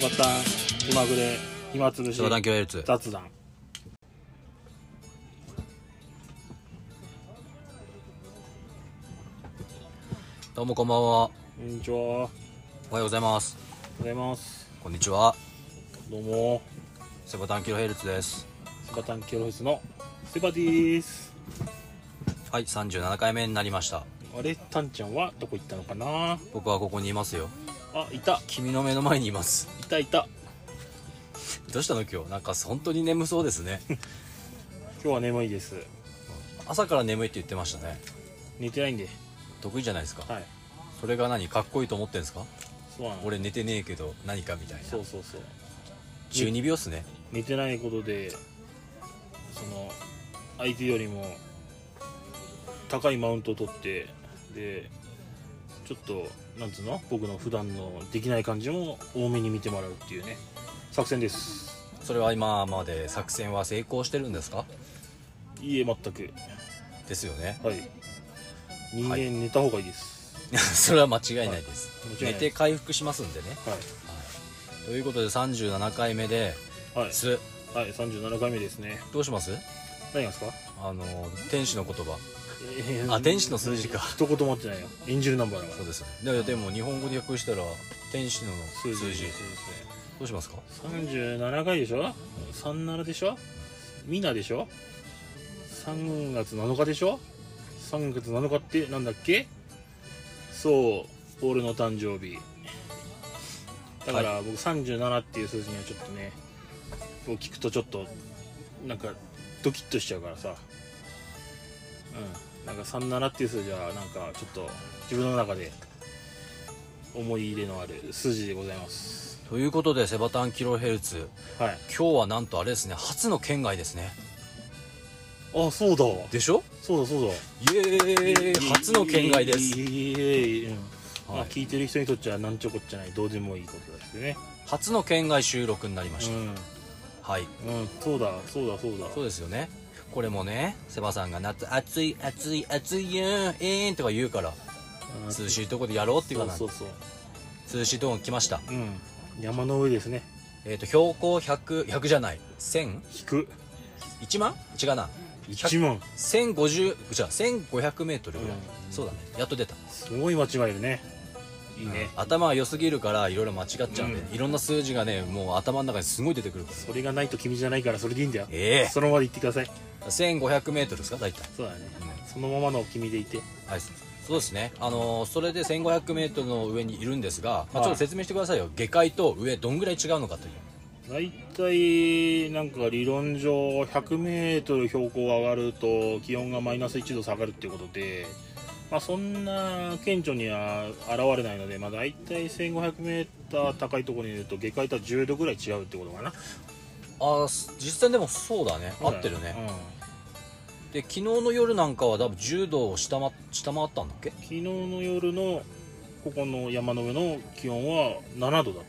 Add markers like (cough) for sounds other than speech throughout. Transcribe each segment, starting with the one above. かった気まぐれ暇つぶし冗談共有率雑談どうもこんばんはおはこんにちはおはよようございますうございますこんにちはどうもセバタンキロヘルツですセバタンキロフェスのセバディーすはい37回目になりましたあれタンちゃんはどこ行ったのかな僕はここにいますよあいた君の目の前にいますいたいたどうしたの今日なんか本当に眠そうですね今日は眠いです朝から眠いって言ってましたね寝てないんで得意じゃないですか、はいそれが何かっこいいと思ってんですかそうなの俺寝てねえけど何かみたいなそうそうそう中二病っすね寝てないことでその相手よりも高いマウントを取ってでちょっとなんつうの僕の普段のできない感じも多めに見てもらうっていうね作戦ですそれは今まで作戦は成功してるんですかいいえ全くですよね (laughs) はい人間はい寝た方がいいですそれは間違いないです、はい間違い寝ないて回復しますんでねはいということで37回目ではい、すはい、37回目ですねどうします何がですか、あの天使の言葉えーあ天使の数字か一言もってないよエンジェルナンバーだかそらうですねででも日本語で訳したら天使の数字そうですねどうしますか37回でしょ37でしょミナでしょ3月7日でしょ3月7日ってなんだっけそう俺の誕生日だから僕37っていう数字にはちょっとねこう聞くとちょっとなんかドキッとしちゃうからさうんなんか37っていう数字はなんかちょっと自分の中で思い入れのある数字でございますということでセバタンキロヘルツはい今日はなんとあれですね初の県外ですねあそうだでしょそうだそうだイエーイ初の県外ですいえいえいえうんまはあい聞いてる人にとっちゃなんちょこっちゃないどうでもいいことだしね初の県外収録になりました、うはいんうんそうだそうだそうだそうですよねこれもねセバさんが夏「暑い暑い暑いよーえーん」とか言うからうん涼しいとこでやろうっていうそかうらそうそう涼しいとこに来ましたうん山の上ですねえっ、と標高100100じゃない1000引く1万違うな一問1050じゃ1500メートルぐらい、うんそうだねやっと出たすごい間違えるねいいねうん頭が良すぎるからいろいろ間違っちゃうんで、うんいろんな数字がねもう頭の中にすごい出てくるからそれがないと君じゃないからそれでいいんだよえそのままで言ってくださいえ1500メートルですか大体、そうだねうんそのままの君でいてはい、そうですね、あのーそれで 1500m の上にいるんですが、はまあ、いちょっと説明してくださいよ、下界と上、どんぐらい違うのかとい大う、体なんか理論上 100m 標高上がると気温がマイナス1度下がるっていうことで、まあ、そんな顕著には現れないので、まあ、大体 1500m 高いところにいると下界とは10度ぐらい違うってことかなあーす実際でもそうだね、合ってるね、、で昨日の夜なんかは、多分10度を下,、ま、下回ったんだっけうん昨日の夜のここの山の上の気温は7度だっ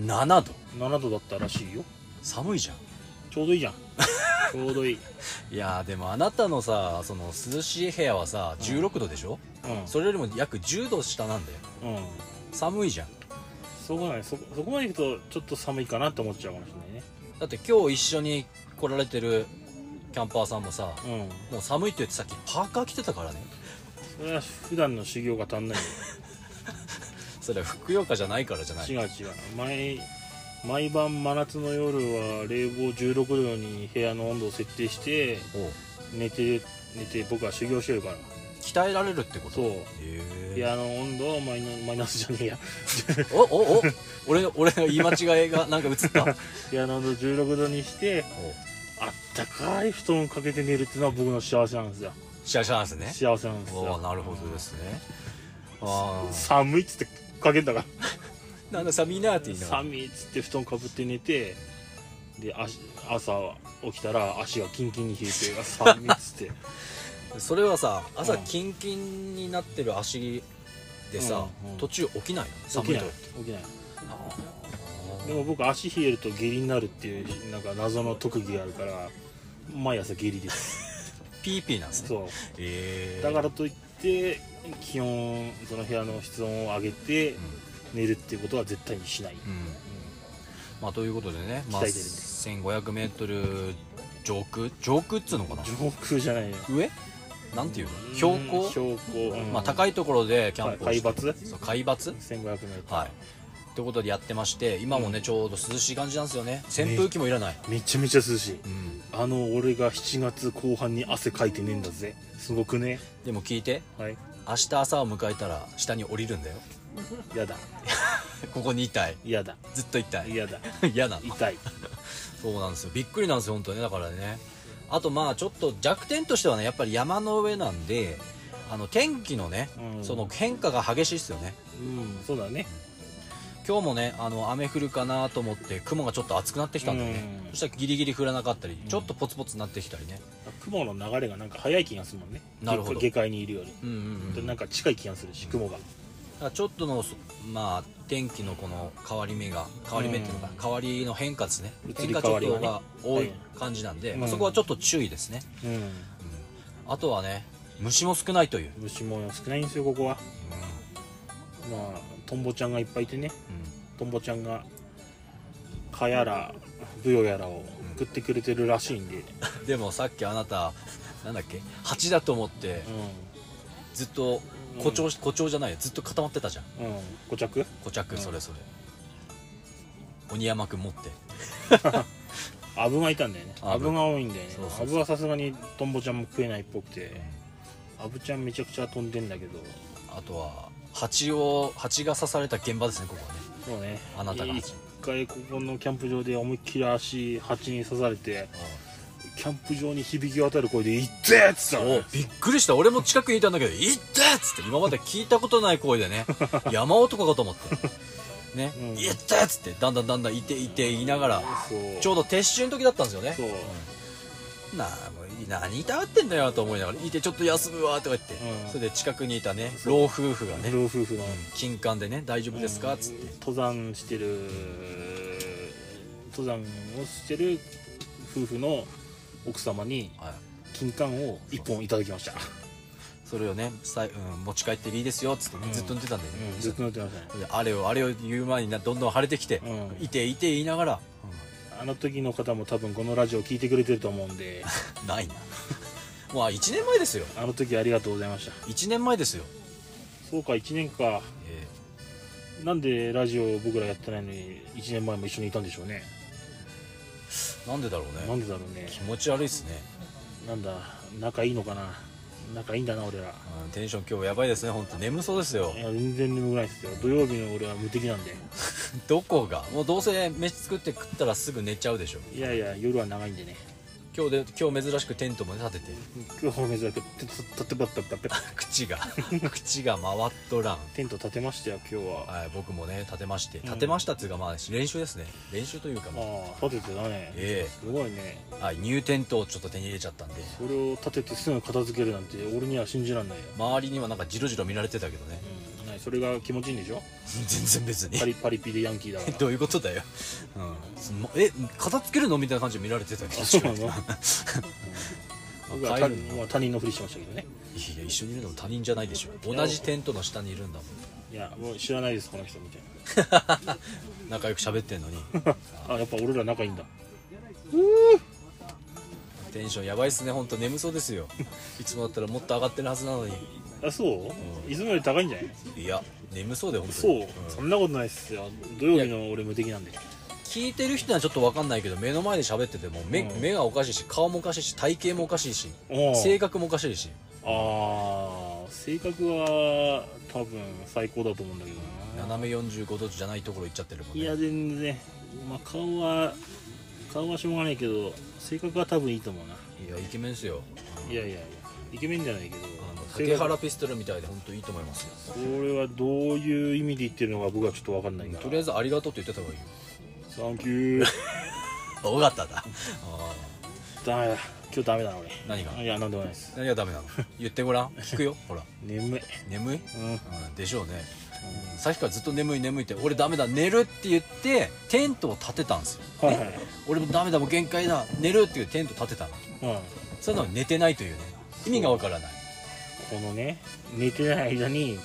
?7 度、た7度だったらしいよ寒いじゃん。ちょうどいい (laughs) じゃんちょうどいい、いやーでもあなたのさその涼しい部屋はさ16度でしょ、うんそれよりも約10度下なんだようん、寒いじゃんそこまでそこそこまでいくとちょっと寒いかなって思っちゃうかもしれないねだって今日一緒に来られてるキャンパーさんもさうん、もう寒いって言ってさっきパーカー着てたからねそれは普段の修行が足んない (laughs) それはふくよかじゃないからじゃないよ、違う違う毎毎晩真夏の夜は冷房16度に部屋の温度を設定しておう寝て寝て僕は修行してるから鍛えられるってことそうへ部え屋の温度をマイナマイナス (laughs) じゃねえやおおお俺俺の言い間違いがなんか映 (laughs) ったおう部屋の温度16度にしてあったかい布団をかけて寝るっていうのは僕の幸せなんですよシャーシャーですね幸せなんですおよおなるほどですねあ寒いっつってかけんだからあ (laughs) なんだ寒いなーって言いながら寒いっつって布団かぶって寝てで足朝起きたら足がキンキンに (laughs) 冷えて寒いっつってそれはさ朝うんキンキンになってる足でさ、うんうん途中起きないの起寒きいないと起きないあーでも僕足冷えると下痢になるっていうなんか謎の特技があるから毎朝下痢です (laughs) ピーピーなんですねそえうーだからといって気温その部屋の室温を上げてうん寝るっていうことは絶対にしない、うんまあ、ということでね、まあ、鍛えてるんで 1500m 上空上空っつうのかな上空じゃないよ上なんていうの標高、標高、まあ、高いいところでキャンプをして海抜そう海抜 1500m はいということでやってまして今もね、ちょうど涼しい感じなんですよね扇風機もいらない、めちゃめちゃ涼しいうん、あの俺が7月後半に汗かいてねえんだぜすごくねでも聞いてはい明日朝を迎えたら下に降りるんだよやだここにいたいやだずっといたいやだ嫌なの痛いそうなんですよびっくりなんですよ本当にねだからねあとまあちょっと弱点としてはねやっぱり山の上なんであの天気のね、うんその変化が激しいですよねうんそうだね今日もねあの雨降るかなと思って雲がちょっと厚くなってきたんだよね、うんそしたらギリギリ降らなかったり、うんちょっとポツポツなってきたりね雲の流れがなんか早い気がするもんねなるほど下界にいるより、うんうん、うでん、なだんか近い気がするし雲がからちょっとのそまあ天気のこの変わり目が変わり目っていうのか、うん変わりの変化ですね移変り化変わり調がね整が多いはい感じなんで、うんまあそこはちょっと注意ですね、うんうんあとはね虫も少ないという、虫も少ないんですよここはまあトンボちゃんがいっぱいいてねトンボちゃんが蚊やらブヨやらを食ってくれてるらしいんで、でもさっきあなたなんだっけ蜂だと思ってずっと誇張し、誇張じゃないよずっと固まってたじゃんうんうん固着固着うんそれそれ、鬼山くん持ってアブがいたんだよねアアブブが多いんだよねそうそうそアうブはさすがにトンボちゃんも食えないっぽくてアブちゃんめちゃくちゃ飛んでんだけどあとは蜂を蜂が刺された現場ですねここはねそうねあなたが一回ここのキャンプ場で思いっきり足蜂に刺されてキャンプ場に響き渡る声で「いってえ!」っつったのおねびっくりした俺も近くにいたんだけど「いった!」っつって今まで聞いたことない声 (laughs) でね山男かと思ってね「うんいった!」っつってだんだんだんだんいていて言いながらそうちょうど撤収の時だったんですよねそうなあもうい何痛がってんだよと思いながら「いてちょっと休むわ」とか言って、うんそれで近くにいたねそう老夫婦がね老夫婦の金管でね「大丈夫ですか?」っつって、登山してる登山をしてる夫婦の奥様にはい、金柑を1本いただきました、それをねさい、うん、持ち帰っていいですよっつってね、うんずっと寝てたんだよね、うんずっと乗ってましたねであれをあれを言う前になどんどん晴れてきて「うんいていて」言いながら、あの時の方も多分このラジオ聞いてくれてると思うん (laughs) でないなまあ1年前ですよあの時ありがとうございました1年前ですよ、そうか1年かえなんでラジオ僕らやってないのに1年前も一緒にいたんでしょうねーなんでだろうなねんでだろうね気持ち悪いっすね、なんだ仲いいのかな仲いいんだな俺らうん、テンション今日やばいですね本当眠そうですよいや全然眠くないですよ土曜日の俺は無敵なんでどこがもうどうせ飯作って食ったらすぐ寝ちゃうでしょいやいや夜は長いんでね今日で今日珍しくテントもね立てて今日は珍しくテント立てばったったって (laughs) 口が (laughs) 口が回っとらんテント立てましたよ今日はあはい僕もね立てましてん立てましたっていうかまあ練習ですね練習というかまああ立ててだねえすごいねえはいニューテントをちょっと手に入れちゃったんでそれを立ててすぐ片付けるなんて俺には信じらんないよ、周りにはなんかジロジロ見られてたけどね (laughs) うんない、それが気持ちいいんでしょ全然別にパリパリピでヤンキーだから (laughs) どういうことだよ、うんその、え片付けるのみたいな感じで見られてたけどあそうなのいや僕は他帰るのまあ他人のふりしてましたけどねいや一緒にいるのも他人じゃないでしょ同じテントの下にいるんだもんいやもう知らないですこの人みたい仲良く喋ってんのになあやっぱ俺ら仲いいんだテンションやばいっすね本当眠そうですよ (laughs) いつもだったらもっと上がってるはずなのにあそう、いつもより高いんじゃないいや眠そうで本当そう、にんそんなことないっすよ土曜日の俺無敵なんで聞いてる人はちょっと分かんないけど目の前で喋ってても目,、うん目がおかしいし顔もおかしいし体型もおかしいしおう性格もおかしいしああ性格は多分最高だと思うんだけどな斜め45度じゃないところ行っちゃってるもんいねや全然まあ顔は顔はしょうがないけど性格は多分いいと思うないやイケメンっすよいやいやいやイケメンじゃないけどあの竹性格原ピストルみたいで本当いいと思いますよこれはどういう意味で言ってるのか僕はちょっと分かんないからとりあえずありがとうって言ってた方がいいよサンキュー (laughs) あ尾形だあダメだ今日ダメだな俺ー何がいやなんでもないです何がダメ (laughs) なの言ってごらん聞くよほら眠い眠い、うんうん、でしょうねさっきからずっと眠い眠いって俺ダメだ寝るって言ってテントを立てたんですよ、はい (laughs) ね俺もダメだもう限界だ寝るっていうテント立てたのはいそれなのに寝てないというね意味がわからないこのね寝てない間に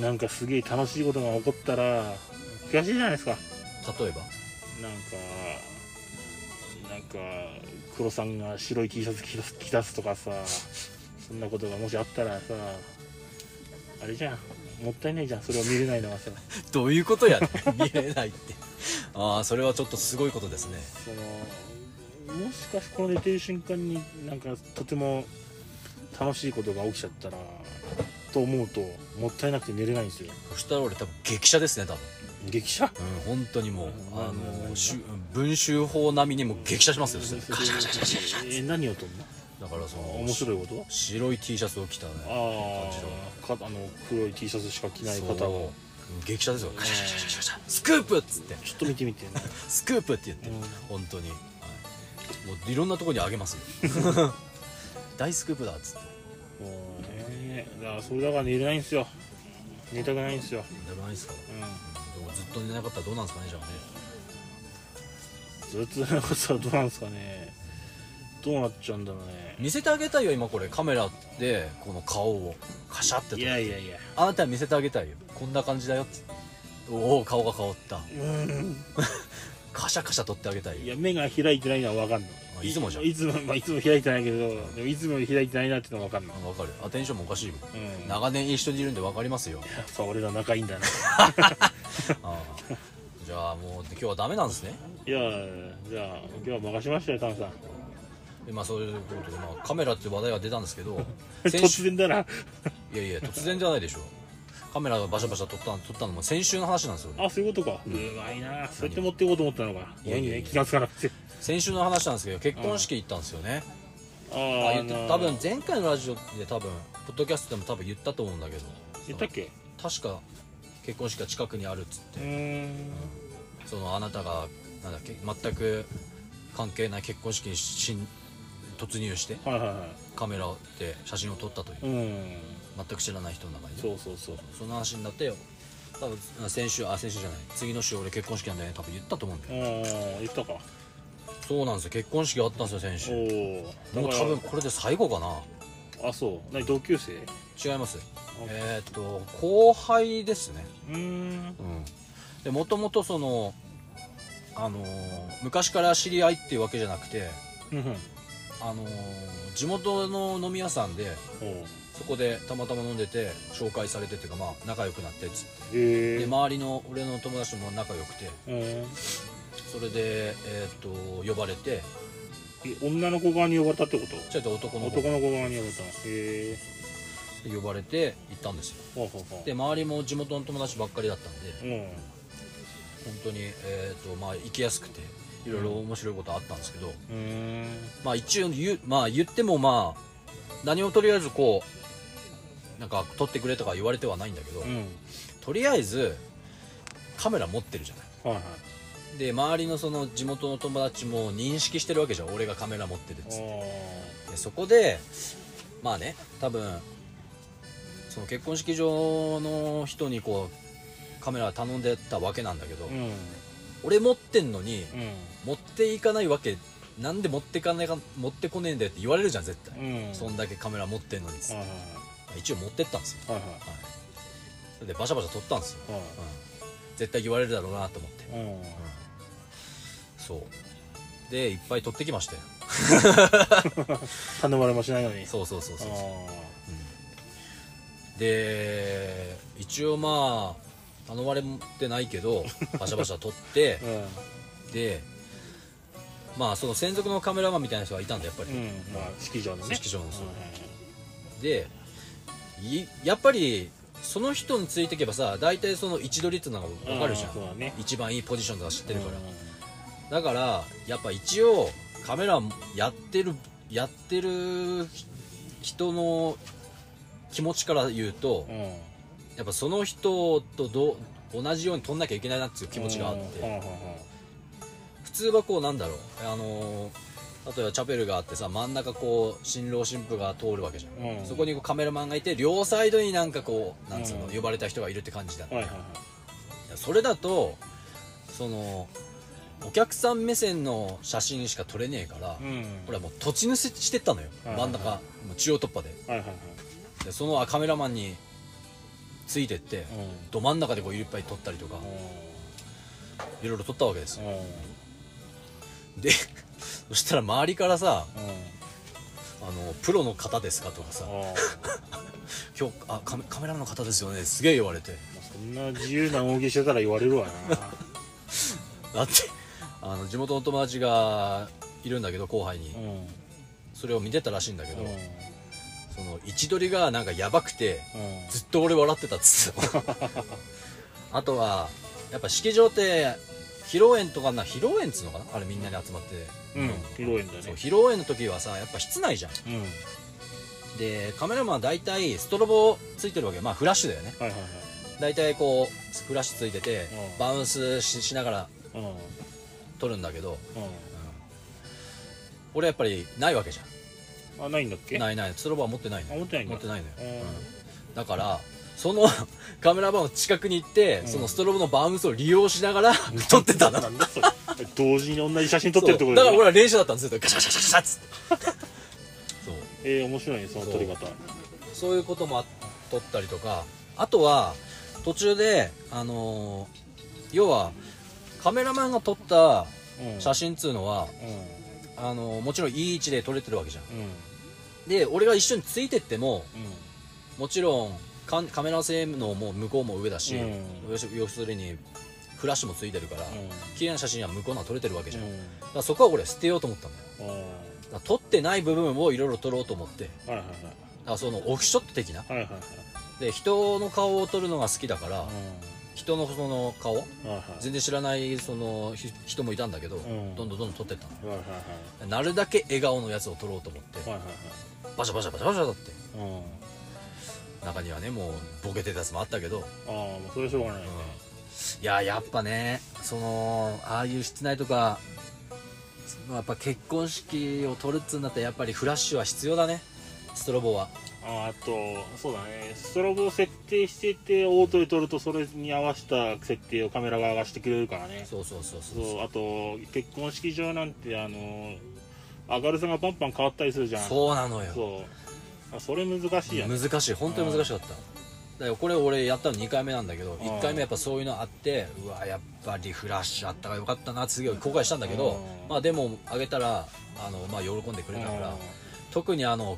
なんかすげえ楽しいことが起こったら悔しいじゃないですか例えばなんかなんか黒さんが白い T シャツ着だす着だすとかさそんなことがもしあったらさあれじゃんもったいないじゃんそれを見れないのがさどういうこと (laughs) やね見れないってああそれはちょっとすごいことですねそのもしかしてこの寝てる瞬間になんかとても楽しいことが起きちゃったらと思うともったいなくて寝れないんですよそしたら俺多分激写ですね多分激写うん本当にもううんあうのんしゅ文集法並みにもう激写しますよそしたらカシャカシャカシャカシャカシえ何を撮るャだからそのの面白いこと白い T シャツを着たねあ感じのあかあの黒い T シャツしか着ない方がちそょう激写ですよカシャカシャカシャカシャスクープっつってっと見てみて、ね、スクープって言ってうん本当に、はい、もういろんなところにあげますよ (laughs) 大スクープだっつってもうねだからそれだから寝れないんですよ寝たくないんですよ、でもないですから、ううんでもずっと寝なかったらどうなんですかねじゃあねん、ずっと寝なかったらどうなんですかねどうなっちゃうんだろうね見せてあげたいよ今これカメラでこの顔をカシャって撮っいてやいやいやあなたに見せてあげたいよこんな感じだよっておお顔が変わったうん (laughs) カシャカシャ撮ってあげたいいよや目が開いてないのは分かんないあいつもじゃんいつも、まあ、いつも開いてないけどでもいつも開いてないなってのは分かんない、わかるあテンションもおかしいようん、やっ長年一緒にいるんでわかりますよぱ俺ら仲いいんだなあーじゃあもう今日はダメなんですねいやじゃあ今日は任しましたよタンさんでまあそういうことで、まあ、カメラっていう話題が出たんですけど (laughs) 先 (laughs) 突週然だないやいや突然じゃないでしょカメラがバシャバシャ撮ったの撮ったのも先週の話なんですよねあそういうことか、うまいなそうやって持っていこうと思ったのか世にね気がつかなくて先週の話なんですけど結婚式行ったんですよね、あああ言ってあの多分前回のラジオで多分ポッドキャストでも多分言ったと思うんだけど言ったっけ確か結婚式が近くにあるっつっうてーんそのあなたがなんだっけ全く関係ない結婚式にしん突入してはいはいはカメラで写真を撮ったといういうん全く知らない人の中にねそうそうそうその話になってよ多分先週あ先週じゃない次の週俺結婚式なんだよね多分言ったと思うんだあよー言ったかそうなんですよ結婚式あったんですよ先お週おもう多分これで最後かなあそう何同級生う違いますえーっと後輩ですねーんうんでもともとそのあのー昔から知り合いっていうわけじゃなくてうんうんあのー地元の飲み屋さんでおうそこでたまたま飲んでて紹介されてっていうかまあ仲良くなってっつってへでえ周りの俺の友達とも仲良くてえそれでえーっと呼ばれて女の子側に呼ばれたってことちょっと男の子男の子側に呼ばれたへえで呼ばれて行ったんですよほうほうほうで周りも地元の友達ばっかりだったんでうんへ本当にえーっとまあ行きやすくていろいろ面白いことあったんですけど、えまあ一応言う、まあ、言ってもまあ何をとりあえずこうなんか撮ってくれとか言われてはないんだけど、うんとりあえずカメラ持ってるじゃはないいはいで周りのその地元の友達も認識してるわけじゃん俺がカメラ持ってるっつってあでそこでまあね多分その結婚式場の人にこうカメラ頼んでたわけなんだけど、あうん俺持ってんのにう持っていかないわけなんで持ってかないか持ってこねえんだよって言われるじゃん絶対、んうんそんだけカメラ持ってんのにっつっはいてはい一応持ってったんですよ、はいはい、それでバシャバシャ撮ったんですよ、はいはうん、絶対言われるだろうなと思って、いうんうん、そうでいっぱい撮ってきましたよ頼まれもしないのにそうそうそうあそう、うんで一応まあ頼まれてない (laughs) けどバシャバシャ撮ってーでまあその専属のカメラマンみたいな人がいたんでやっぱり、うん、うん、まあ式場のね式場のそううんでいやっぱりその人についていけばさ大体その位置取りっていうのが分かるじゃあーそうだん、ね一番いいポジションとか知ってるから、うだからやっぱ一応カメラやってるやってる人の気持ちから言うと、んうんやっぱその人とどう同じように撮んなきゃいけないなっていう気持ちがあっうんてうんうん普通はこうなんだろうあのー例えばチャペルがあってさ真ん中こう新郎新婦が通るわけじゃん、うんそこにこうカメラマンがいて両サイドになんかこうなんつうの、うん呼ばれた人がいるって感じだ、はいはいはそれだとそのお客さん目線の写真しか撮れねえから、いうん俺はもう土地ぬせしてったのよ、はい真ん中もう中央突破ではいはいはいでそのカメラマンについてって、うんど真ん中でこういっぱい撮ったりとか、うんいいろいろ取ったわけですうよんうんで (laughs) そしたら周りからさ「あのプロの方ですか?」とかさあー「今日あカメカメラマンの方ですよね」すげえ言われてそんな自由な大喜利してたら言われるわなだって (laughs) あの地元の友達がいるんだけど後輩にうんうんそれを見てたらしいんだけど、うんその位置取りがなんかやばくてずっと俺笑ってたっつって (laughs) たあとはやっぱ式場って披露宴とかな披露宴っつうのかなあれみんなに集まって、うん披露宴だねそう披露宴の時はさやっぱ室内じゃんうんでカメラマンは大体ストロボついてるわけまあフラッシュだよねはいはいはい大体こうフラッシュついてて、うんバウンスししながらうんうん撮るんだけど俺やっぱりないわけじゃんあないんだっけいないないストロボは持ってないあの持ってないんだ持ってないのよ、うんうんだからその (laughs) カメラマンの近くに行って、うんそのストロボのバウンスを利用しながら撮ってたのなんだそれ同時に同じ写真撮ってるってことだからね俺は練習だったんですよガシャガシャガシャ (laughs) ガシャっつってそうえー、面白いねその撮り方そういうこともあ撮ったりとかあとは途中であのー要はカメラマンが撮ったうん写真っつうのは、うんあのーもちろんいい位置で撮れてるわけじゃんうんで俺が一緒についてってもうんもちろんカンカメラ性能も向こうも上だし、うん要す要するにフラッシュもついてるから、うん綺麗な写真は向こうのは撮れてるわけじゃん、うだんからそこは俺捨てようと思ったんだよあーだから撮ってない部分をいろいろ撮ろうと思ってだはいはいからそのオフショット的なはいはいはいはいで人の顔を撮るのが好きだから、う人のその顔んはいはい全然知らないそのひ人もいたんだけど、んどんどんどんどん撮ってったはいはいはいのなるだけ笑顔のやつを撮ろうと思って、はいバシャバシャバシャバシャだってはいはいうん中にはねもうボケてたやつもあったけど、ああまあそれはしょうがないねうんいややっぱねそのああいう室内とかまあやっぱ結婚式を取るっつうんだったらやっぱりフラッシュは必要だねストロボはあーあとそうだねストロボを設定しててオートで撮るとそれに合わせた設定をカメラ側がしてくれるからねそうそうそうそうそうあと結婚式場なんてあの明るさがパンパン変わったりするじゃんそうなのよそうあそれ難しいやん難しい本当に難しかっただからこれ俺やったの2回目なんだけどん1回目やっぱそういうのあってうわやっぱりフラッシュあったからよかったなってすげえ後悔したんだけどうんまあでもあげたらあのまあ喜んでくれたから特にあの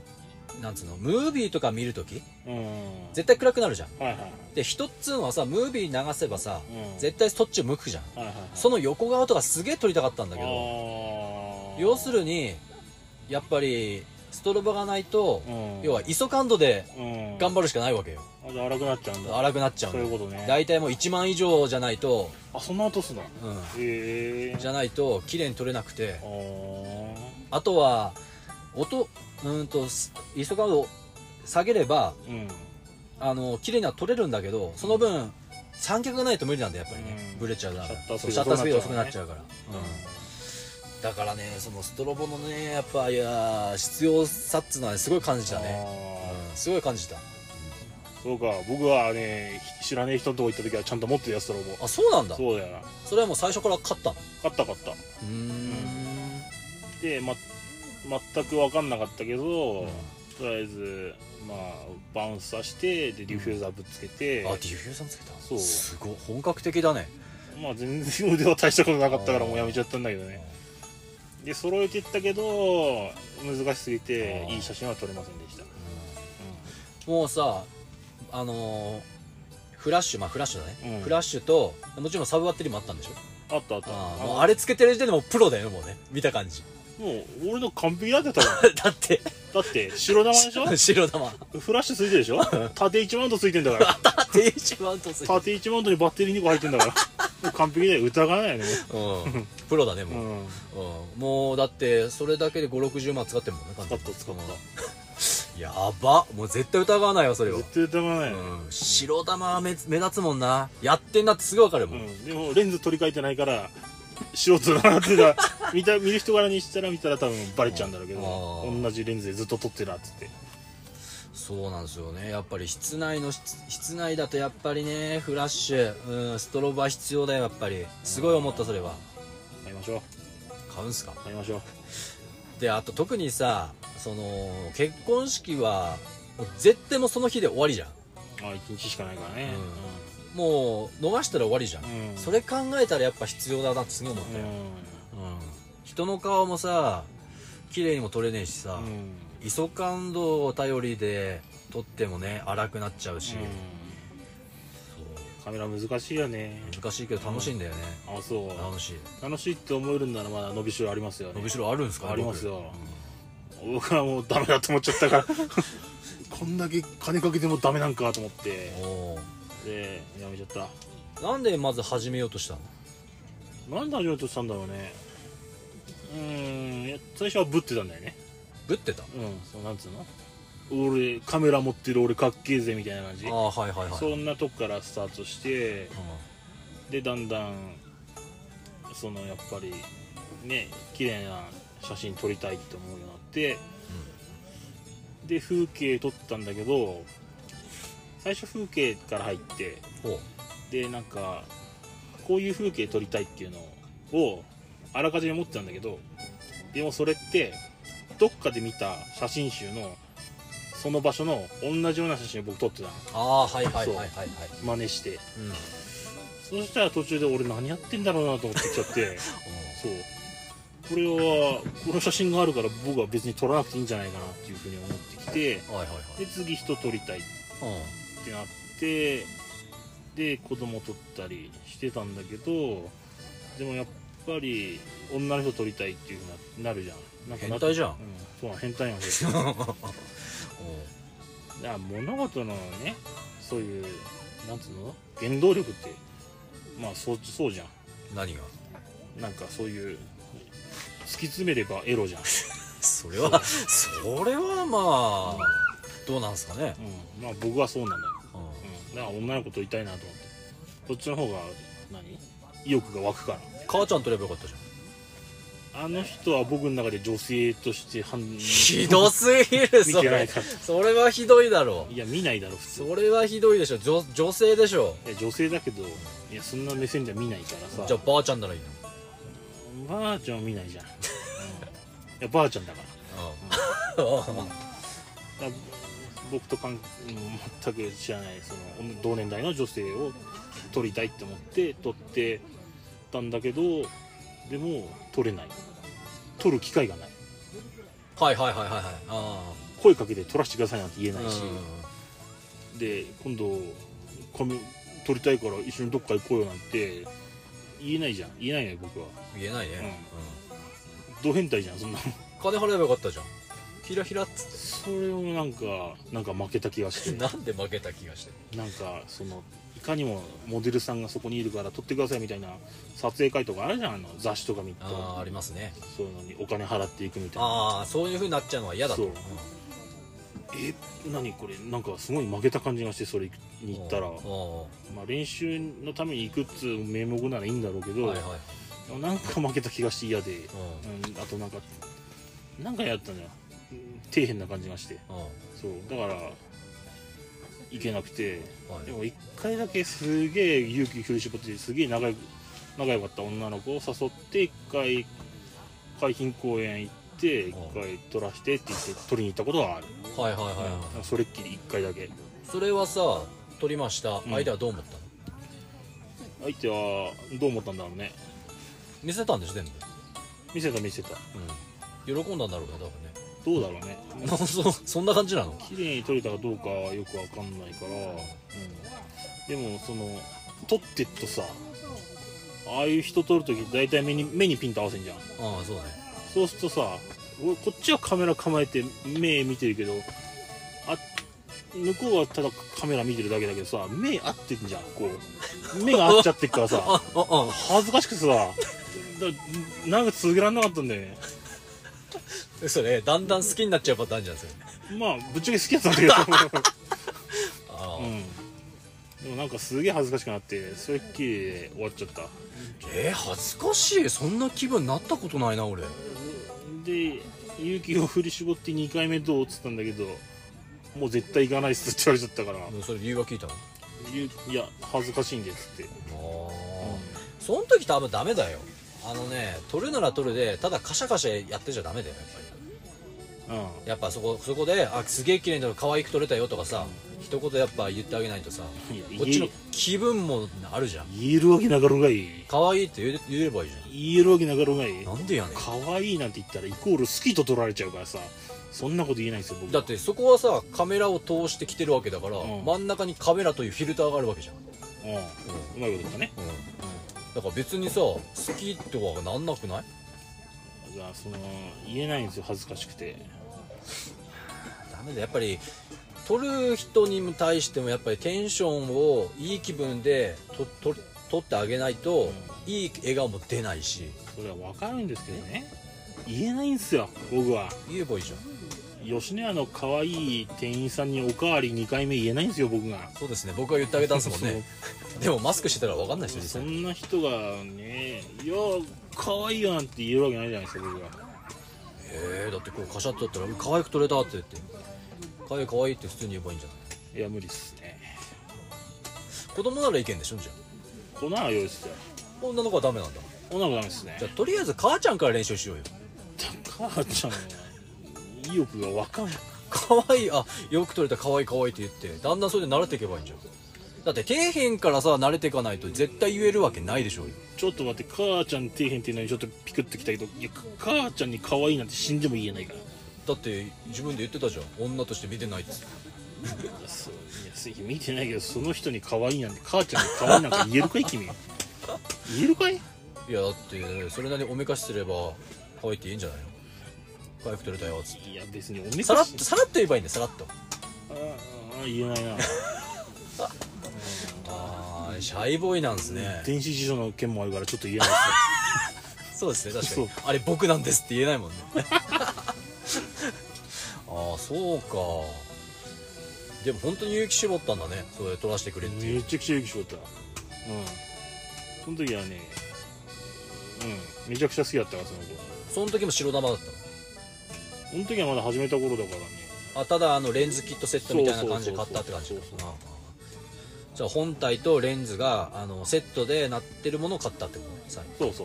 なんつうのムービーとか見るときうんうん絶対暗くなるじゃんはいはいで人っつうのはさムービー流せばさ、うん絶対そっち向くじゃんはいはいはいその横側とかすげえ撮りたかったんだけどあー要するにやっぱりストロボがないと、うん要は磯感度でうん頑張るしかないわけよあじゃあ荒くなっちゃうんだ荒くなっちゃうそういうことね大体もう1万以上じゃないと、あそんな落とすなうんへえじゃないと綺麗に撮れなくてあーあとは音うーんと磯感度を下げればうんあの綺麗には撮れるんだけどその分三脚がないと無理なんだよやっぱりね、うんブレちゃうからシャッタースピードそうシャッタースピード遅くなっちゃうから、うんうんだからねそのストロボのねやっぱいやー必要さっつうのはねすごい感じたね、あーうん、すごい感じたそうか僕はね知らねえ人のとこ行った時はちゃんと持ってるやつだろあそうなんだそそうだよなれはもう最初から勝ったの買った買ったうーんで、ま、全く分かんなかったけど、うんとりあえずまあバウンスさしてでディフューザーぶつけて、あディフューザーもつけたそうすごい本格的だねまあ全然腕は大したことなかったからもうやめちゃったんだけどねで揃えていったけど難しすぎてあーいい写真は撮れませんでした、もうさあのーフラッシュまあフラッシュだね、うんフラッシュともちろんサブバッテリーもあったんでしょうんあったあったああのもうあれつけてる時点でもうプロだよねもうね見た感じ (laughs) もう俺の完璧だってたもん (laughs) だってだって白玉でしょ (laughs) 白玉フラッシュついてるでしょ縦1マウントついてんだ (laughs) から縦一マウントついてる縦1マウントにバッテリー2個入ってんだからもう完璧だよ疑わないよねうんプロだねうもう、んうんもうだってそれだけで560万使ってるもんね使った使っうんやばもう絶対疑わないわそたれを、絶対疑わないよね、うん、白玉は目目立つもんなやってんなってすぐ分かるも、うんん、でもレンズ取り替えてないから素人だなっていうか (laughs) 見た見る人柄にしたら見たら多分バレちゃうんだろうけどあー同じレンズでずっと撮ってるなっつってそうなんですよねやっぱり室内の室室内だとやっぱりねフラッシュ、うん、ストロボは必要だよやっぱりすごい思ったそれは買いましょう買うんすか買いましょうであと特にさその結婚式はもう絶対もうその日で終わりじゃんあ1日しかないからね、うんもう逃したら終わりじゃん、うんそれ考えたらやっぱ必要だなってすげえ思っうたよ、んうん人の顔もさ綺麗にも撮れねえしうさ、んイソカンドを頼りで撮ってもね荒くなっちゃうし、うんそカメラ難しいよねう難しいけど楽しいんだよね、あそう楽しい楽しいって思えるんならまだ伸びしろありますよね伸びしろあるんですかありますよ僕僕はもうダメだと思っちゃったから (laughs) こんだけ金かけてもダメなんかと思ってうんおでやめちゃったーなんでまず始めようとしたのなんで始めようとしたんだろうねうーんいや最初はぶってたんだよねぶってたうんそうなんつうの俺カメラ持ってる俺かっけえぜみたいな感じああはいはいはいそんなとこからスタートしてうでだんだんそのやっぱりね綺麗な写真撮りたいって思うようになって、で風景撮ったんだけど最初風景から入ってんほでなんかこういう風景撮りたいっていうのをあらかじめ持ってたんだけどでもそれってどっかで見た写真集のその場所の同じような写真を僕撮ってたのうああーはいはいはいはいはい真似してうんそしたら途中で俺何やってんだろうなと思ってきちゃっておそうこれはこの写真があるから僕は別に撮らなくていいんじゃないかなっていうふうに思ってきてーはいはいで次人撮りたいっはいうんてなってで子供撮ったりしてたんだけどでもやっぱり女の人撮りたいっていうふうになるじゃんなんかな変態じゃんうん、そう変態なんです (laughs) おーだから物事のねそういうなんつうの原動力ってまあそうそうじゃん何がなんかそういう突き詰めればエロじゃん、それは (laughs) それはまあどうなんですかね、うん、まあ僕はそうなんだよ、うんうん、だから女の子といたいなと思ってこっちの方が何意欲が湧くから母ちゃん取ればよかったじゃんあの人は僕の中で女性として判ひどすぎる見そてなれいかそれはひどいだろらいや見ないだろ普通それはひどいでしょ女女性でしょいや女性だけどいやそんな目線じゃ見ないからさじゃあばあちゃんならいいのばあちゃんは見ないじゃん、うん、いやばあちゃんだから (laughs) だ僕と関うん全く知らないその同年代の女性を撮りたいって思って撮ってたんだけどでも撮れない撮る機会がないはいはいはいはいはいあ声かけて撮らせてくださいなんて言えあなういし、んで今度コメ撮りたいから一緒にどっか行こうよなんて言えないじゃん言えないね僕は言えないね、うんド変態じゃんそんなの金払えばよかったじゃんひらひらっつっそれをなんかなんか負けた気がしてて (laughs) なんで負けた気がしてなんかそのいかにもモデルさんがそこにいるから撮ってくださいみたいな撮影会とかあるじゃんあの雑誌とか見てああありますねそういうのにお金払っていくみたいなああそういう風になっちゃうのは嫌だとそうえ何これなんかすごい負けた感じがしてそれに行ったら、おまあ、練習のために行くっつう名目ならいいんだろうけど、はいはいなんか負けた気がして嫌で、ううん、あとなんかなんかやったのよ底辺な感じがしてんうんそうだから行けなくてはいでも一回だけすげえ勇気振り絞ってすげえ仲良く仲良かった女の子を誘って一回海浜公園行って一回撮らしてって言って撮りに行ったことがある、はいはいはいはいうんそれっきり一回だけそれはさ取りましたん相手はどう思ったの、相手はどう思ったんだろうね見せたんでしょ全部、見せた見せたうん、喜んだんだろうね多分ねどうだろうねそそんな感じなの綺麗に撮れたかどうかはよくわかんないから、うん、でもその撮ってっとさああいう人撮るとき大体目に目にピント合わせんじゃんああそうだねそうするとさ俺こっちはカメラ構えて目見てるけどあ向こうはただカメラ見てるだけだけどさ目合ってんじゃんこう目が合っちゃってっからさ (laughs) あああ恥ずかしくてさだなんか続けられなかったんだよねそれだんだん好きになっちゃうパターンじゃんそれまあぶっちゃけ好きだったんだけどああ、うん、でもなんかすげえ恥ずかしくなってそれっきりで終わっちゃったえー恥ずかしいそんな気分になったことないな俺で勇気を振り絞って2回目どうっつったんだけどもう絶対行かないっすって言われちゃったからそれ理由は聞いたのゆいや恥ずかしいんですって、ああ、その時多分ダメだよあのね取るなら取るでただカシャカシャやってちゃダメだよやっぱりうんやっぱそこそこであすげえ綺麗だと可愛く撮れたよとかさ、一言やっぱ言ってあげないとさいやこっちの気分もあるじゃん言えるわけなかろうがい可愛いって言え言えればいいじ言えるわけなかろうがいゃんなんでやねん可愛いなんて言ったらイコール好きと取られちゃうからさそんなこと言えないんですよ僕だってそこはさカメラを通してきてるわけだから、うん真ん中にカメラというフィルターがあるわけじゃん、うんうまいこと言ったねだから別にさ好きとはなんなくないだからその言えないんですよ恥ずかしくてダメだやっぱり撮る人に対してもやっぱりテンションをいい気分でとと撮ってあげないと、いい笑顔も出ないしそれは分かるんですけどね言えないんですよ僕は言えばいいじゃん吉野家の可愛い店員さんにおかわり2回目言えないんですよ僕がそうですね僕が言ってあげたんですもんね (laughs) でもマスクしてたら分かんないですよ実そ際んな人がね「いや可愛いよ」なんて言えるわけないじゃないですか僕がえー、だってこうカシャッと撮ったら可愛く撮れたって言って可愛い可愛いって普通に言えばいいんじゃないいや無理っすね子供なら意見でしょじゃ粉は用意してあ女の子はダメなんだこんなことダメですねじゃあとりあえず母ちゃんから練習しようよ母ちゃんは意欲が分かんない可愛いあよく撮れた可愛い可愛いって言ってだんだんそれで慣れていけばいいんじゃんだって底辺からさ慣れていかないと絶対言えるわけないでしょうよちょっと待って母ちゃん底辺っていうのにちょっとピクッときたけどいや母ちゃんに可愛いなんて死んでも言えないからだって自分で言ってたじゃん女として見てないっていやそういやすげえ見てないけどその人に可愛いなんて母ちゃんに可愛いなんて言えるかい君言えるかいいやだってそれなりにおめかしすれば可愛いって言えんじゃないの可愛く撮れたよっつっていや別におめさらかっしとさらっと言えばいいんだよさらっとああ言えないなああシャイボーイなんですね電子辞書の件もあるからちょっと言えないでそうですね確かにそあれ僕なんですって言えないもんね (laughs) ああそうかでも本当に勇気絞ったんだねそれ撮らせてくれってすいうよめちゃくちゃ勇気しよったうんその時はねうんめちゃくちゃ好きだったからその子その時も白玉だったのその時はまだ始めた頃だからねあただあのレンズキットセットみたいな感じで買ったって感じそうかそうああじゃあ本体とレンズがあのセットでなってるものを買ったってことね最後そうそ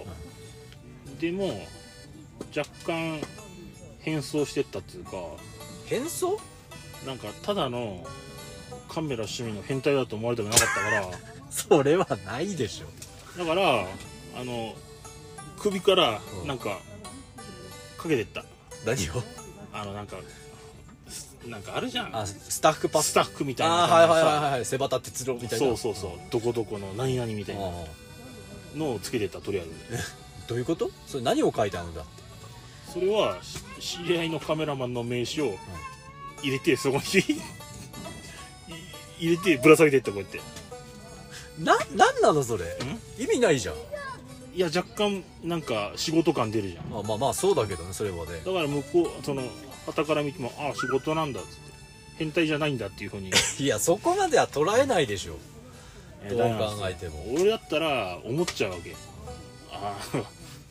う、でも若干変装してったっていうか変装なんかただのカメラ趣味の変態だと思われたくなかったかそれはないでしょ (laughs) らだからあの首からうんなんかかけてった何をあのなんかすなんかあるじゃんあスタッフパススタッフみたいなああはいはいはいはい背端哲郎みたいなそうそうそうどこどこの何々みたいなああのをつけてったとりあえずどういうことそれ何を書いてあるんだってそれはし知り合いのカメラマンの名刺を入れてそこに (laughs) い入れてぶら下げてったこうやってな何なのそれ意味ないじゃんいや若干なんか仕事感出るじゃんまあまあまあそうだけどねそれはねだから向こうその傍から見てもああ仕事なんだっつって変態じゃないんだっていう (laughs) ふうにいやそこまでは捉えないでしょどう考え (laughs) ても俺だったら思っちゃうわけああ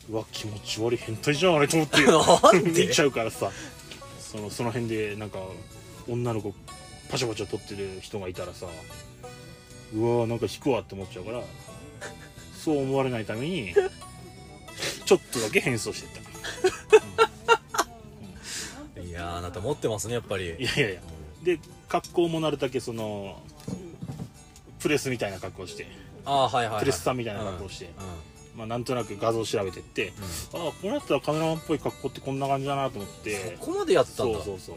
うわ気持ち悪い変態じゃんあれと思って (laughs) なんで見ちゃうからさそのその辺でなんか女の子パシャパシャ撮ってる人がいたらさうわなんか引くわって思っちゃう (laughs) からそう思われないためにちょっとだけ変装してったいやーあなた持ってますねやっぱいりやいやいやで格好もなるだけそのプレスみたいな格好して、ああーはいはい、はい、プレスさんみたいな格好をしてうんうんまあ、なんとなく画像を調べてって、ああこれだったらカメラマンっぽい格好ってこんな感じだなと思ってここまでやったんそだうそうそう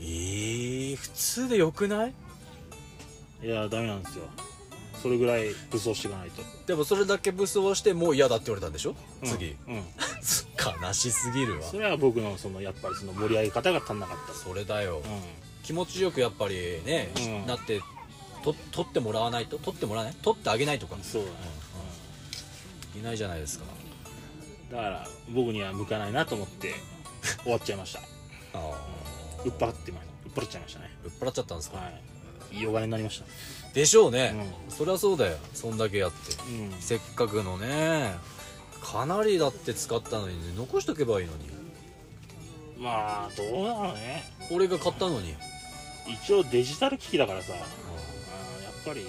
えー、普通でよくないいやダメなんですよそれぐらい武装していかないと、でもそれだけ武装してもう嫌だって言われたんでしょ、うん次 (laughs) うん悲しすぎるわそれは僕のそのやっぱりその盛り上げ方が足んなかったそれだよ、うん気持ちよくやっぱりね、うんなってと取ってもらわないと取ってもらわない取ってあげないとかそうだね、いないじゃないですかうんだから僕には向かないなと思って終わっちゃいましたああうっ払ってまうっ払っちゃいましたねうっ払っちゃったんですか、はいいいお金になりましたでしょうね、うそりゃそうだよそんだけやってうんせっかくのねかなりだって使ったのに、残しとけばいいのにまあどうだろうね俺が買ったのに一応デジタル機器だからさあーやっぱり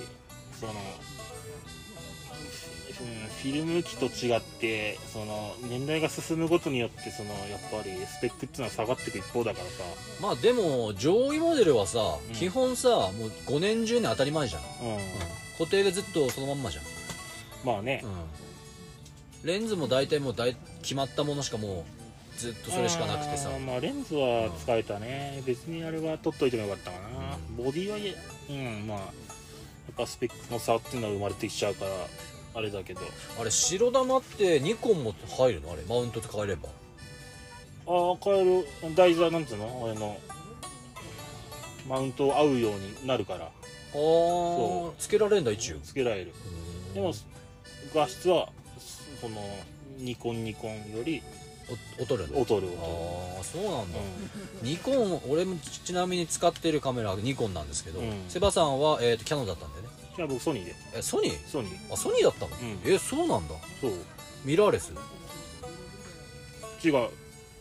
そのうんフィルム機と違ってその年代が進むごとによってそのやっぱりスペックっていうのは下がっていく一方だからさ、まあでも上位モデルはさ、うん基本さもう5年10年当たり前じゃん、うん固定でずっとそのまんまじゃん、まあね、レンズも大体もう大決まったものしかもうずっとそれしかなくてさあーまあレンズは使えたね、別にあれは取っといてもよかったかな、ボディはいえうんまあやっぱスペックの差っていうのは生まれてきちゃうからあれだけどあれ白玉ってニコンも入るのあれマウントって変えればああ変える台座なんつうの俺のマウント合うようになるからああつけられんだ一応付けられるでも画質はそのニコンニコンよりお劣るんだ劣る劣るああそうなんだ、ニコン俺もちちなみに使ってるカメラはニコンなんですけど、うんセバさんは、えーとキャノンだったんだよねうんじゃあ僕ソニーでえソニーソニーあソニーだったの、んえそうなんだそうミラーレス違う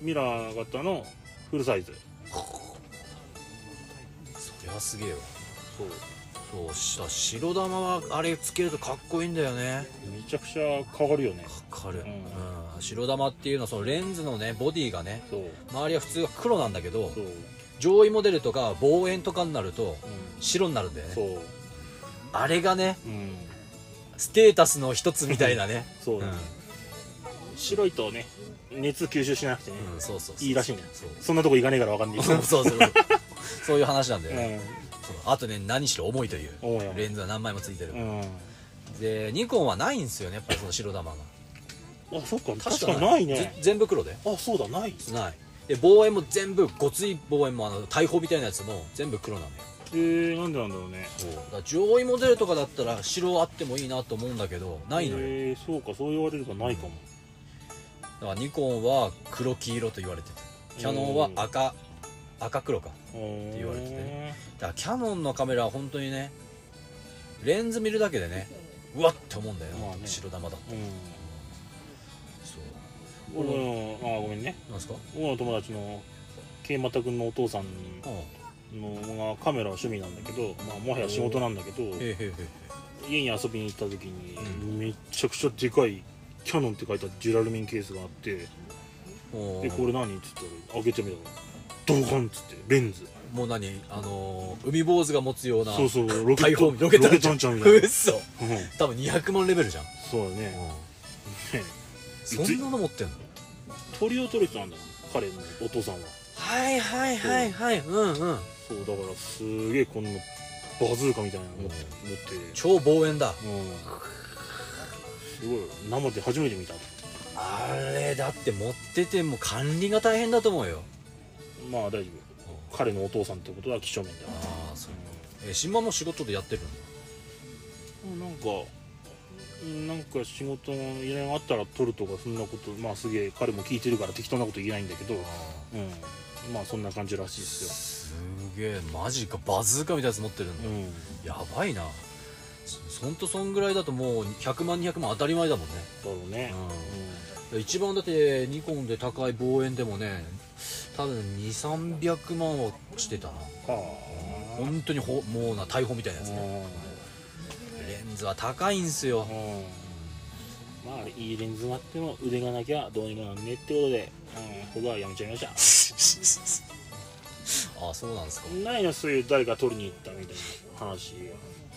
ミラー型のフルサイズそりゃすげえわそうそうし白玉はあれつけるとかっこいいんだよねめちゃくちゃ変わるよねかかる、うんうん白玉っていうのはそのレンズのねボディがねそう周りは普通は黒なんだけどそう、うん、上位モデルとか望遠とかになると白になるんだよそねうあれがねうんステータスの一つみたいなねそう、うん、うん白いとね熱吸収しなくてね、そうそうそういいらしいねそうそんなとこ行かねえから分かん (laughs) ねえけどそうそ (laughs) うそうそうそういう話なんだよね、うそうあとね何しろ重いという重い重いレンズは何枚もついてる、ん、うん、でニコンはないんですよねやっぱりその白玉があそっか確かにないねぜ全部黒であそうだないないで望遠も全部ごつい望遠もあの大砲みたいなやつも全部黒なのよえー、なんでなんだろうねだから上位モデルとかだったら白あってもいいなと思うんだけどないのよえー、そうかそう言われるとないかもだからニコンは黒黄色と言われててキャノンは赤赤黒かって言われててだからキャノンのカメラは本当にねレンズ見るだけでねうわっって思うんだよね,、まあね白玉だってうそううん俺のあごめんねなんですか僕の友達の桂又君のお父さんうんへのがカメラは趣味なんだけど、まあ、もはや仕事なんだけどえへえへ家に遊びに行った時に、うめちゃくちゃでかいキャノンって書いたジュラルミンケースがあってえもでこれ何っつったら開けてみたらドカンっつってレンズうもう何あのー海坊主が持つようなそうそうロケッ大ト砲ロケットロケットランチャーみたいな、うっ (laughs) そうん、多分200万レベルじゃん、そうだね、ねそんなの持ってんの (laughs) 鳥を取る人なんだよ彼のお父さんははいはいはいはいうんうんそうだからすげえこんなバズーカみたいなの持って、持って超望遠だうんすごい生で初めて見たあれだって持ってても管理が大変だと思うよまあ大丈夫彼のお父さんってことは几帳面だなああそうえ新馬も仕事でやってるうのんなんかなんか仕事の依頼があったら取るとかそんなことまあすげえ彼も聞いてるから適当なこと言えないんだけどうんまあそんな感じらしいですすげえマジかバズーカみたいなやつ持ってるんだようんやばいなそほんとそんぐらいだともう100万200万当たり前だもんねだろうね一番だってニコンで高い望遠でもね多分2300万はしてたなうんは本当にほもうな大砲みたいなやつねあレンズは高いんすよう (laughs) んうんまあいいレンズがあっても腕がなきゃどうにかなんねえってことでうん僕はやめちゃいましたあそうなんですかないのそういう誰か取りに行ったみたいな話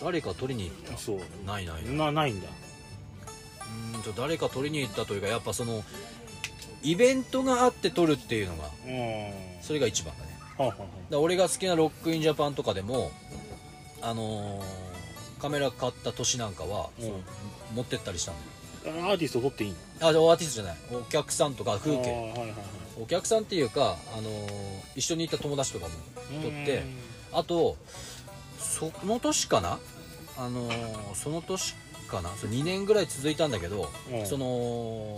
誰か取りに行っそうたないないななうないんだーんと誰か取りに行ったというかやっぱそのイベントがあって取るっていうのがうんそれが一番だねはあはあはだから俺が好きなロックインジャパンとかでもあのーカメラ買った年なんかは、うん持ってったりしたんだよあアーティスト取っていいのあアーティストじゃないお客さんとか風あー景はいはいはいお客さんっていうか、あのー一緒にいた友達とかも撮ってあとその年かな、あのーその年かなそう2年ぐらい続いたんだけど、うんその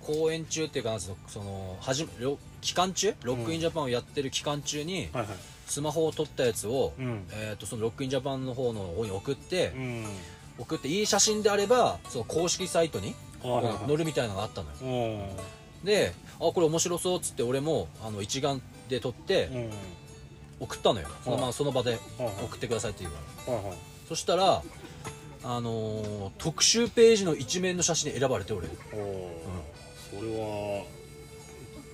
公演中っていうかなんつうのそのはじロ期間中ロックインジャパンをやってる期間中に、はいはいスマホを撮ったやつを、うんえー、とそのロックインジャパンの方の方に送って、うん送っていい写真であればその公式サイトにはいはいはい載るみたいなのがあったのようんであこれ面白そうっつって俺もあの一眼で撮ってうん送ったのよそのまうまんその場でうん送ってくださいって言うからはいはいそしたらあのー特集ページの一面の写真に選ばれておー俺それは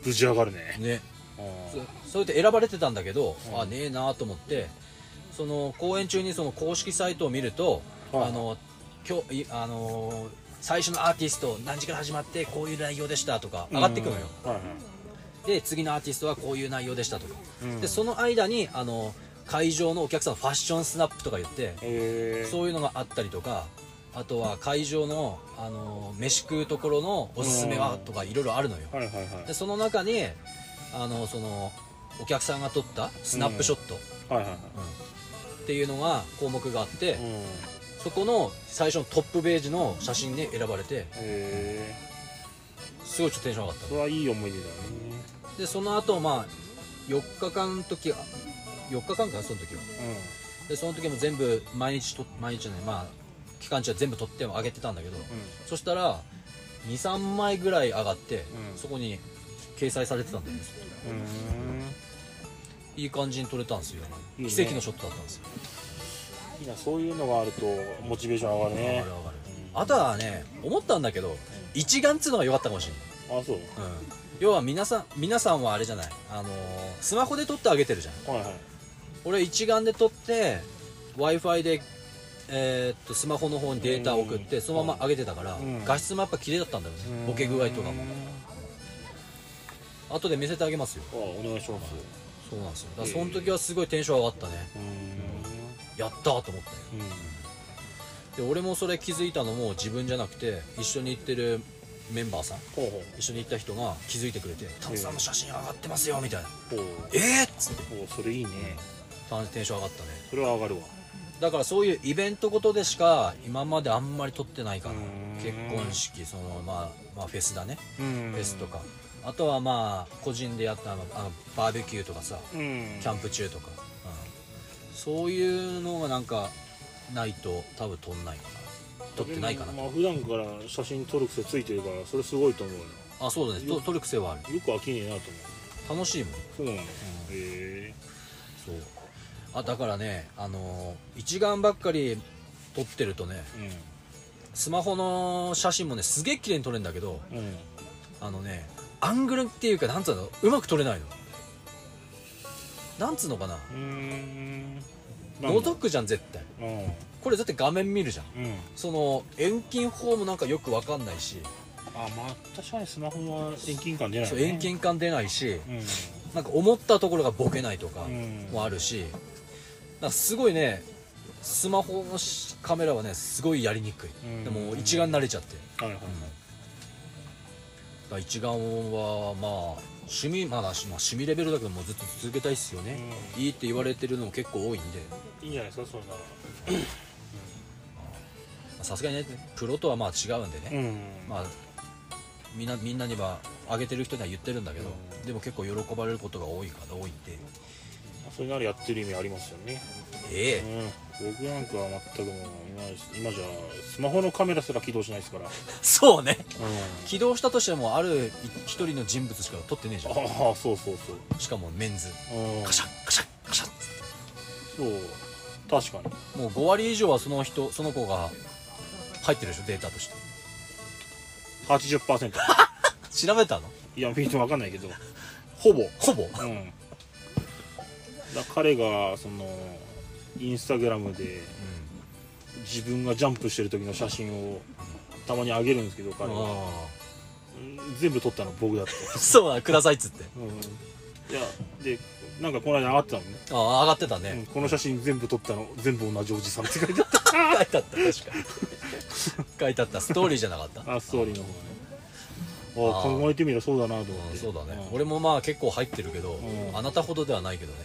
ぶち上がるねねあーそそれで選ばれてたんだけど、うんあねえなと思ってその公演中にその公式サイトを見ると、はいあの今日いあのー最初のアーティスト何時から始まってこういう内容でしたとか上がってくのよ、うんはいで次のアーティストはこういう内容でしたとか、うんでその間にあの会場のお客さんのファッションスナップとか言ってえーそういうのがあったりとかあとは会場のあの飯食うところのおすすめはとかいろいろあるのよはいはいはいでその中にあのそのお客さんが撮ったスナップショット、はいはいはうんっていうのが項目があって、いうんそこの最初のトップページの写真に選ばれてえすごいちょっとテンション上がっーそれはいい思い出だねたでその後まあ4日間の時は4日間かその時はでその時も全部毎日と毎日じゃないまあ期間中は全部撮ってあげてたんだけど、うんそしたら23枚ぐらい上がって、うんそこに掲載されてたんだよねうんういい感じに撮れたんですよいいね奇跡のショットだったんですよーんいいなそういうのがあるとモチベーション上がる上がねる上がるあとはね思ったんだけど一眼っつうのが良かったかもしれあそうない、うん、要は皆さん皆さんはあれじゃないあのースマホで撮ってあげてるじゃんはいはい俺一眼で撮って w i f i でえーっとスマホの方にデータを送って、うんそのまま上げてたから、うん画質もやっぱ綺麗だったんだよね、ボケ具合とかも後で見せてあげますよあお願いしますそうなんですよだからその時はすごいテンション上がったねうーんやったーと思ってうで俺もそれ気づいたのも自分じゃなくて一緒に行ってるメンバーさんんほうほ一緒に行った人が気づいてくれて「タムさんの写真上がってますよ」みたいなうほう「えっ!」っつってほうそれいいね単テンション上がったねそれは上がるわだからそういうイベントごとでしか今まであんまり撮ってないかなうーん結婚式そのまあ、まあ、フェスだねうんフェスとかあとはまあ個人でやったあのあのバーベキューとかさうんキャンプ中とか、うんそういうのがなんかないと多分撮んないかな撮ってないかなまあ普段から写真撮る癖ついてるからそれすごいと思うよあそうだねと撮る癖はあるよく飽きねえなと楽しいもん思うそうなんだへえそうあだからねあのー一眼ばっかり撮ってるとねスマホの写真もねすげえ綺麗に撮れるんだけどうんうんあのねアングルっていうかなんつうのうまく撮れないのなんつうのかなうーんなんだ覗くじゃん絶対うんこれだって画面見るじゃんうんその遠近法もなんかよくわかんないし、あまあ確かにスマホは遠近感出ないそようね遠近感出ないしうんなんか思ったところがボケないとかうんもあるし、なんかすごいねスマホのしカメラはねすごいやりにくい、うんでも一眼慣れちゃって、はいはいだから一眼はまあ趣味まだ、まあ、趣味レベルだけどもうずっと続けたいっすよね、いいって言われてるのも結構多いんでいいんじゃないですかそんなまあさすがにねプロとはまあ違うんでね、んまあみんなみんなにはあげてる人には言ってるんだけど、うんでも結構喜ばれることが多いから多いんでそれならやってる意味ありますよねええうん、僕なんかは全くもう今今じゃスマホのカメラすら起動しないですから、うん、そうねあ起動したとしてもある一人の人物しか撮ってねえじゃあそうそうそうんしかもメンズうんカシャッカシャッカシャッつっそう確かにてもう5割以上はその人その子が入ってるでしょデータとして (laughs) 80%調べたのいや見ても分かんないけどほぼほぼうんだ彼がそのインスタグラムで自分がジャンプしてる時の写真をたまに上げるんですけどあ彼があうん全部撮ったの僕だって、そうだくださいっつってうん、いやでなんかこの間上がってたのねああ上がってたうんね、この写真全部撮ったの全部同じおじさんって書いてあっ書いてあった確か書いてあったストーリーじゃなかったたあストーリーの方あがねあー考えてみればそうだなと思っうてんそうだね、ん俺もまあ結構入ってるけど、うんあなたほどではないけどね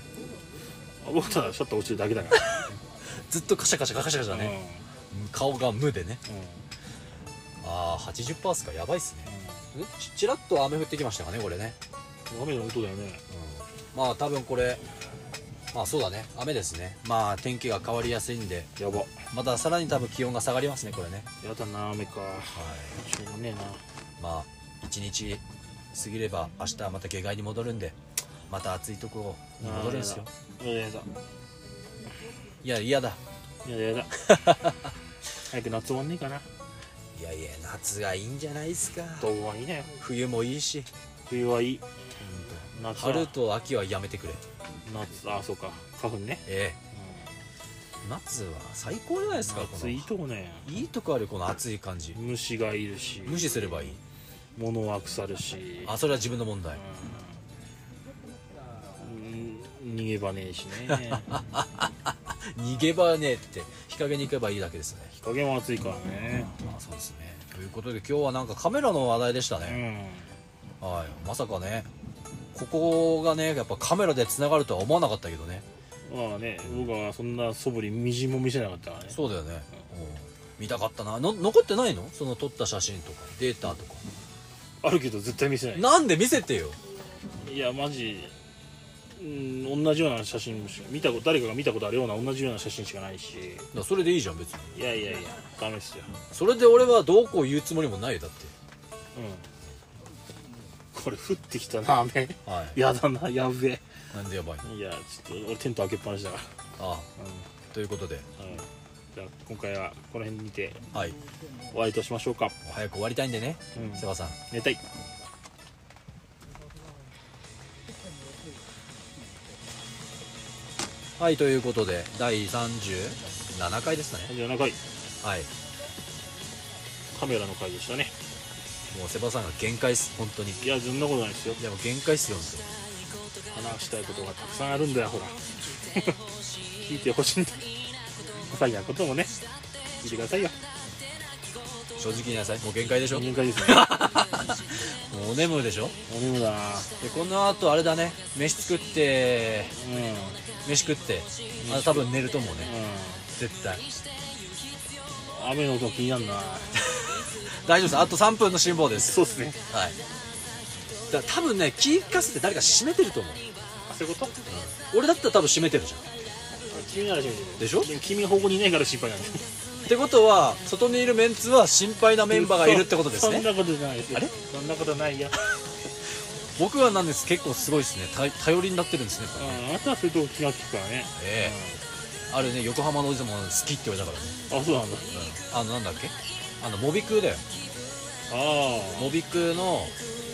あ僕ただシャッター落ちてるだけだからずっとカシャカシャカシャカシャね、顔が無でねうんうんああ80%っすかやばいっすねちちらっと雨降ってきましたかねこれね、うん雨の音だよねうん、まあ多分これまあそうだね雨ですねまあ天気が変わりやすいんでやばまたさらに多分気温が下がりますねこれねやだな雨かはいしょうがねえなまあ一日過ぎれば明日また下界に戻るんでまた暑いところに戻るんですよやだやだいやや嫌だ (laughs) だやだ早く夏終わんねえかないやいや夏がいいんじゃないですかどうはいいね冬もいいし冬はいい夏は春と秋はやめてくれ夏あそうか花粉ね、えうえ夏は最高じゃないですかん、夏いいことこねのいいとこあるこの暑い感じ虫がいるし無視すればいい物は腐るしあそれは自分の問題うん逃げ場ねえしね (laughs) 逃げ場ねえって日陰に行けばいいだけですね日陰も暑いからねまあそうですねということで今日はなんかカメラの話題でしたうね、んはいまさかねここがねやっぱカメラでつながるとは思わなかったけどねまあね僕はそんな素振りみじんも見せなかったからねそうだよね、うん見たかったなの残ってないのその撮った写真とかデータとかあるけど絶対見せないなんで見せてよいやマジうん同じような写真しか見たこと誰かが見たことあるような同じような写真しかないしだからそれでいいじゃん別にいやいやいやダメっすよそれで俺はどうこう言うつもりもないよだってうんこれ降ってきたな雨はいやだなやべえなんでやばいのいやちょっと俺テント開けっぱなしだかあらうあということでん、うん、じゃあ今回はこの辺にてはいも終わりとしましょうか、う早く終わりたいんでね、うん、セバさん寝たいはいということで第37回ですね37回はいカメラの回でしたねもうセバさんが限界っす本当にいやそんなことないですよいやもう限界っすよ本話したいことがたくさんあるんだよほら (laughs) 聞いてほしいんだ些細なこともね聞いてくださいよ当正直に言いなさいもう限界でしょも限界ですねうお眠でしょお眠だなでこの後あれだね飯作ってうんうん飯食ってあ多分寝ると思うね絶対雨の音気になるな大丈夫ですあと3分の辛抱ですそうっすねはいだ多分ね聞かせて誰か閉めてると思うあそういうこと俺だったら多分閉めてるじゃん君なら閉めてるでしょも君の方向にいないから心配なんだよってことは外にいるメンツは心配なメンバーがいるってことですそんねなことじゃないですよあれそんなことないよ僕はなんです結構すごいですね頼頼りになってるんですねうこれねんあなたはそういうとこ気が利くからねええあるね横浜のおじさんも好きって言われたからね、うんあそうなんだあのなんだっけあのモビクだよあモビクの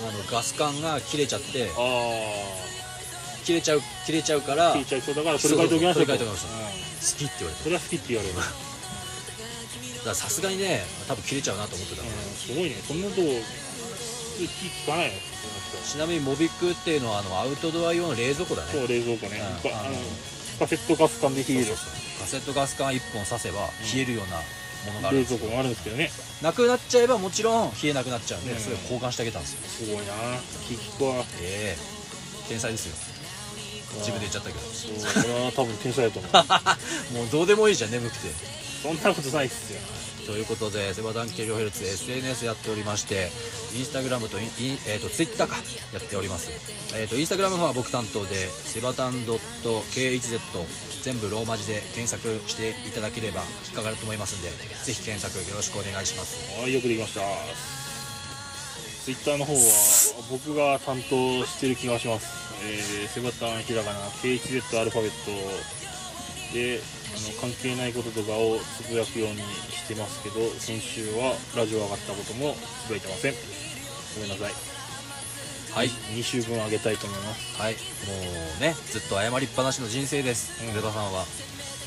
あのガス管が切れちゃってあああ切れちゃう切れちゃうから好聞いきちゃいそうだからそれ書いておきましょうそうそうそれ書いておきましょうんって言われたそれは好きって言われるなだからさすがにね多分切れちゃうなと思ってた、うんすごいねそんなとこ気聞かないよちなみにモビクっていうのはあのアウトドア用の冷蔵庫だねそう冷蔵庫ねうんいっぱいあのあのカセットガス缶で冷えるそうそうそうカセットガス管1本刺せば冷えるようなものがあるん冷です蔵よ庫もあるんですけどねなくなっちゃえばもちろん冷えなくなっちゃうんで、うんそれを交換してあげたんですよすごいな気聞くわええ天才ですよ自分で言っちゃったけどそうこれは多分天才だと思うもうどうでもいいじゃん眠くてそんなことないっすよということでセバダンケリョヘルツ SNS やっておりましてインスタグラムとインインえー、とツイッターかやっております、えー、とインスタグラムの方は僕担当でセバタン .k1z 全部ローマ字で検索していただければ引っかかると思いますんでぜひ検索よろしくお願いしますはいよくできましたツイッターの方は僕が担当してる気がします、えー、セバタンひらがな KHZ アルファベットであの関係ないこととかをつぶやくようにしてますけど先週はラジオ上がったこともつぶやいてませんごめんなさいはい2週分あげたいと思いますはい、もうね、ずっと謝りっぱなしの人生です、うんゼロさんは。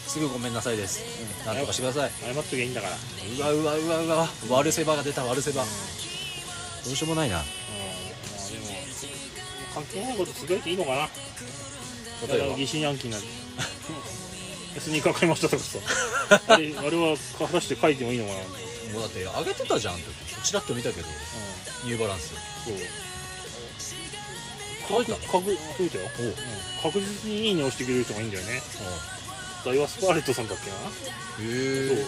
すぐごめんなさいです。うんなんとかしてください。謝っときゃいいんだから、うん、うわうわうわうわ、悪セバが出た、悪セバ。どうしようもないな。まあでも関係ないことつぶやいていいのかな例えば、疑心暗 (laughs) 鬼になるスニーカー買いましたとかさあれあれは果たして書いてもいいのかな、うん、もうだって、上げてたじゃんって、ちらっと見たけど、ニューバランス。そう確そうだよ、書いた。おううん、確実にいいねをしてくれる人がいいんだよねダイワスパーレットさんだっけな、おうへえ。そう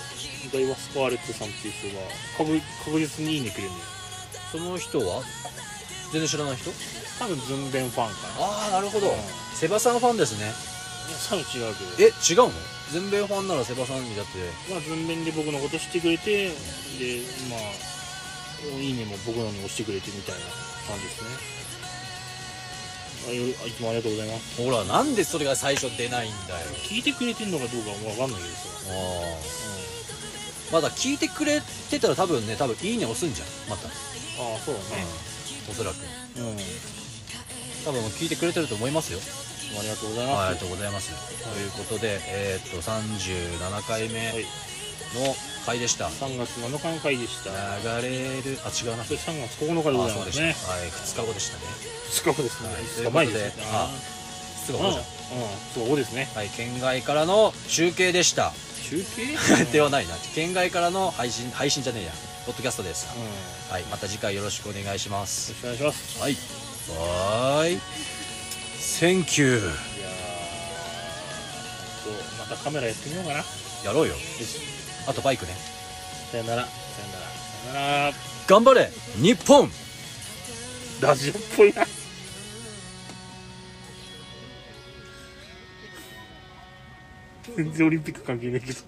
ダイワスパーレットさんっていう人が確確実にいいねくれるんだよその人は。全然知らない人。多分ズンベンファンかなああ、なるほどうんセバさんファンですね。いや多分違うけどえ、違うの。全米ファンなら、セバさんにだって。まあ、文面で僕のことしてくれてでまあいいねも僕のに押してくれてみたいな感じですねあよあいつもありがとうございますほら、なんでそれが最初出ないんだよ。聞いてくれてんのかどうかはもう分かんないけどさ、ああ。まだ聞いてくれてたら多分ね多分いいね押すんじゃんまた、ああそうだねおそらくうん、多分聞いてくれてると思いますよありがとうございはいあまりがすとうございます、ということでえーっと37回目はい、の回でした、 3月7日の回でした流れるあ違うなそれ3月9日でごあざいそうまですした、ねはい2日後でしたね2日後ですねはい5日前ですねということああうんうんで2日後じゃんそうですねはい県外からの中継でした中 (laughs) 継ではないな県外からの配信配信じゃねえやポッドキャストです、うんよはいまた次回よろしくお願いしますろしくお願いしますはいはーいセンキュいやーーとまたカメラやってみようかなよやろうよしあとバイクねさよならさよならさよなら頑張れ日本ラジオっぽいな全然オリンピック関係ないけど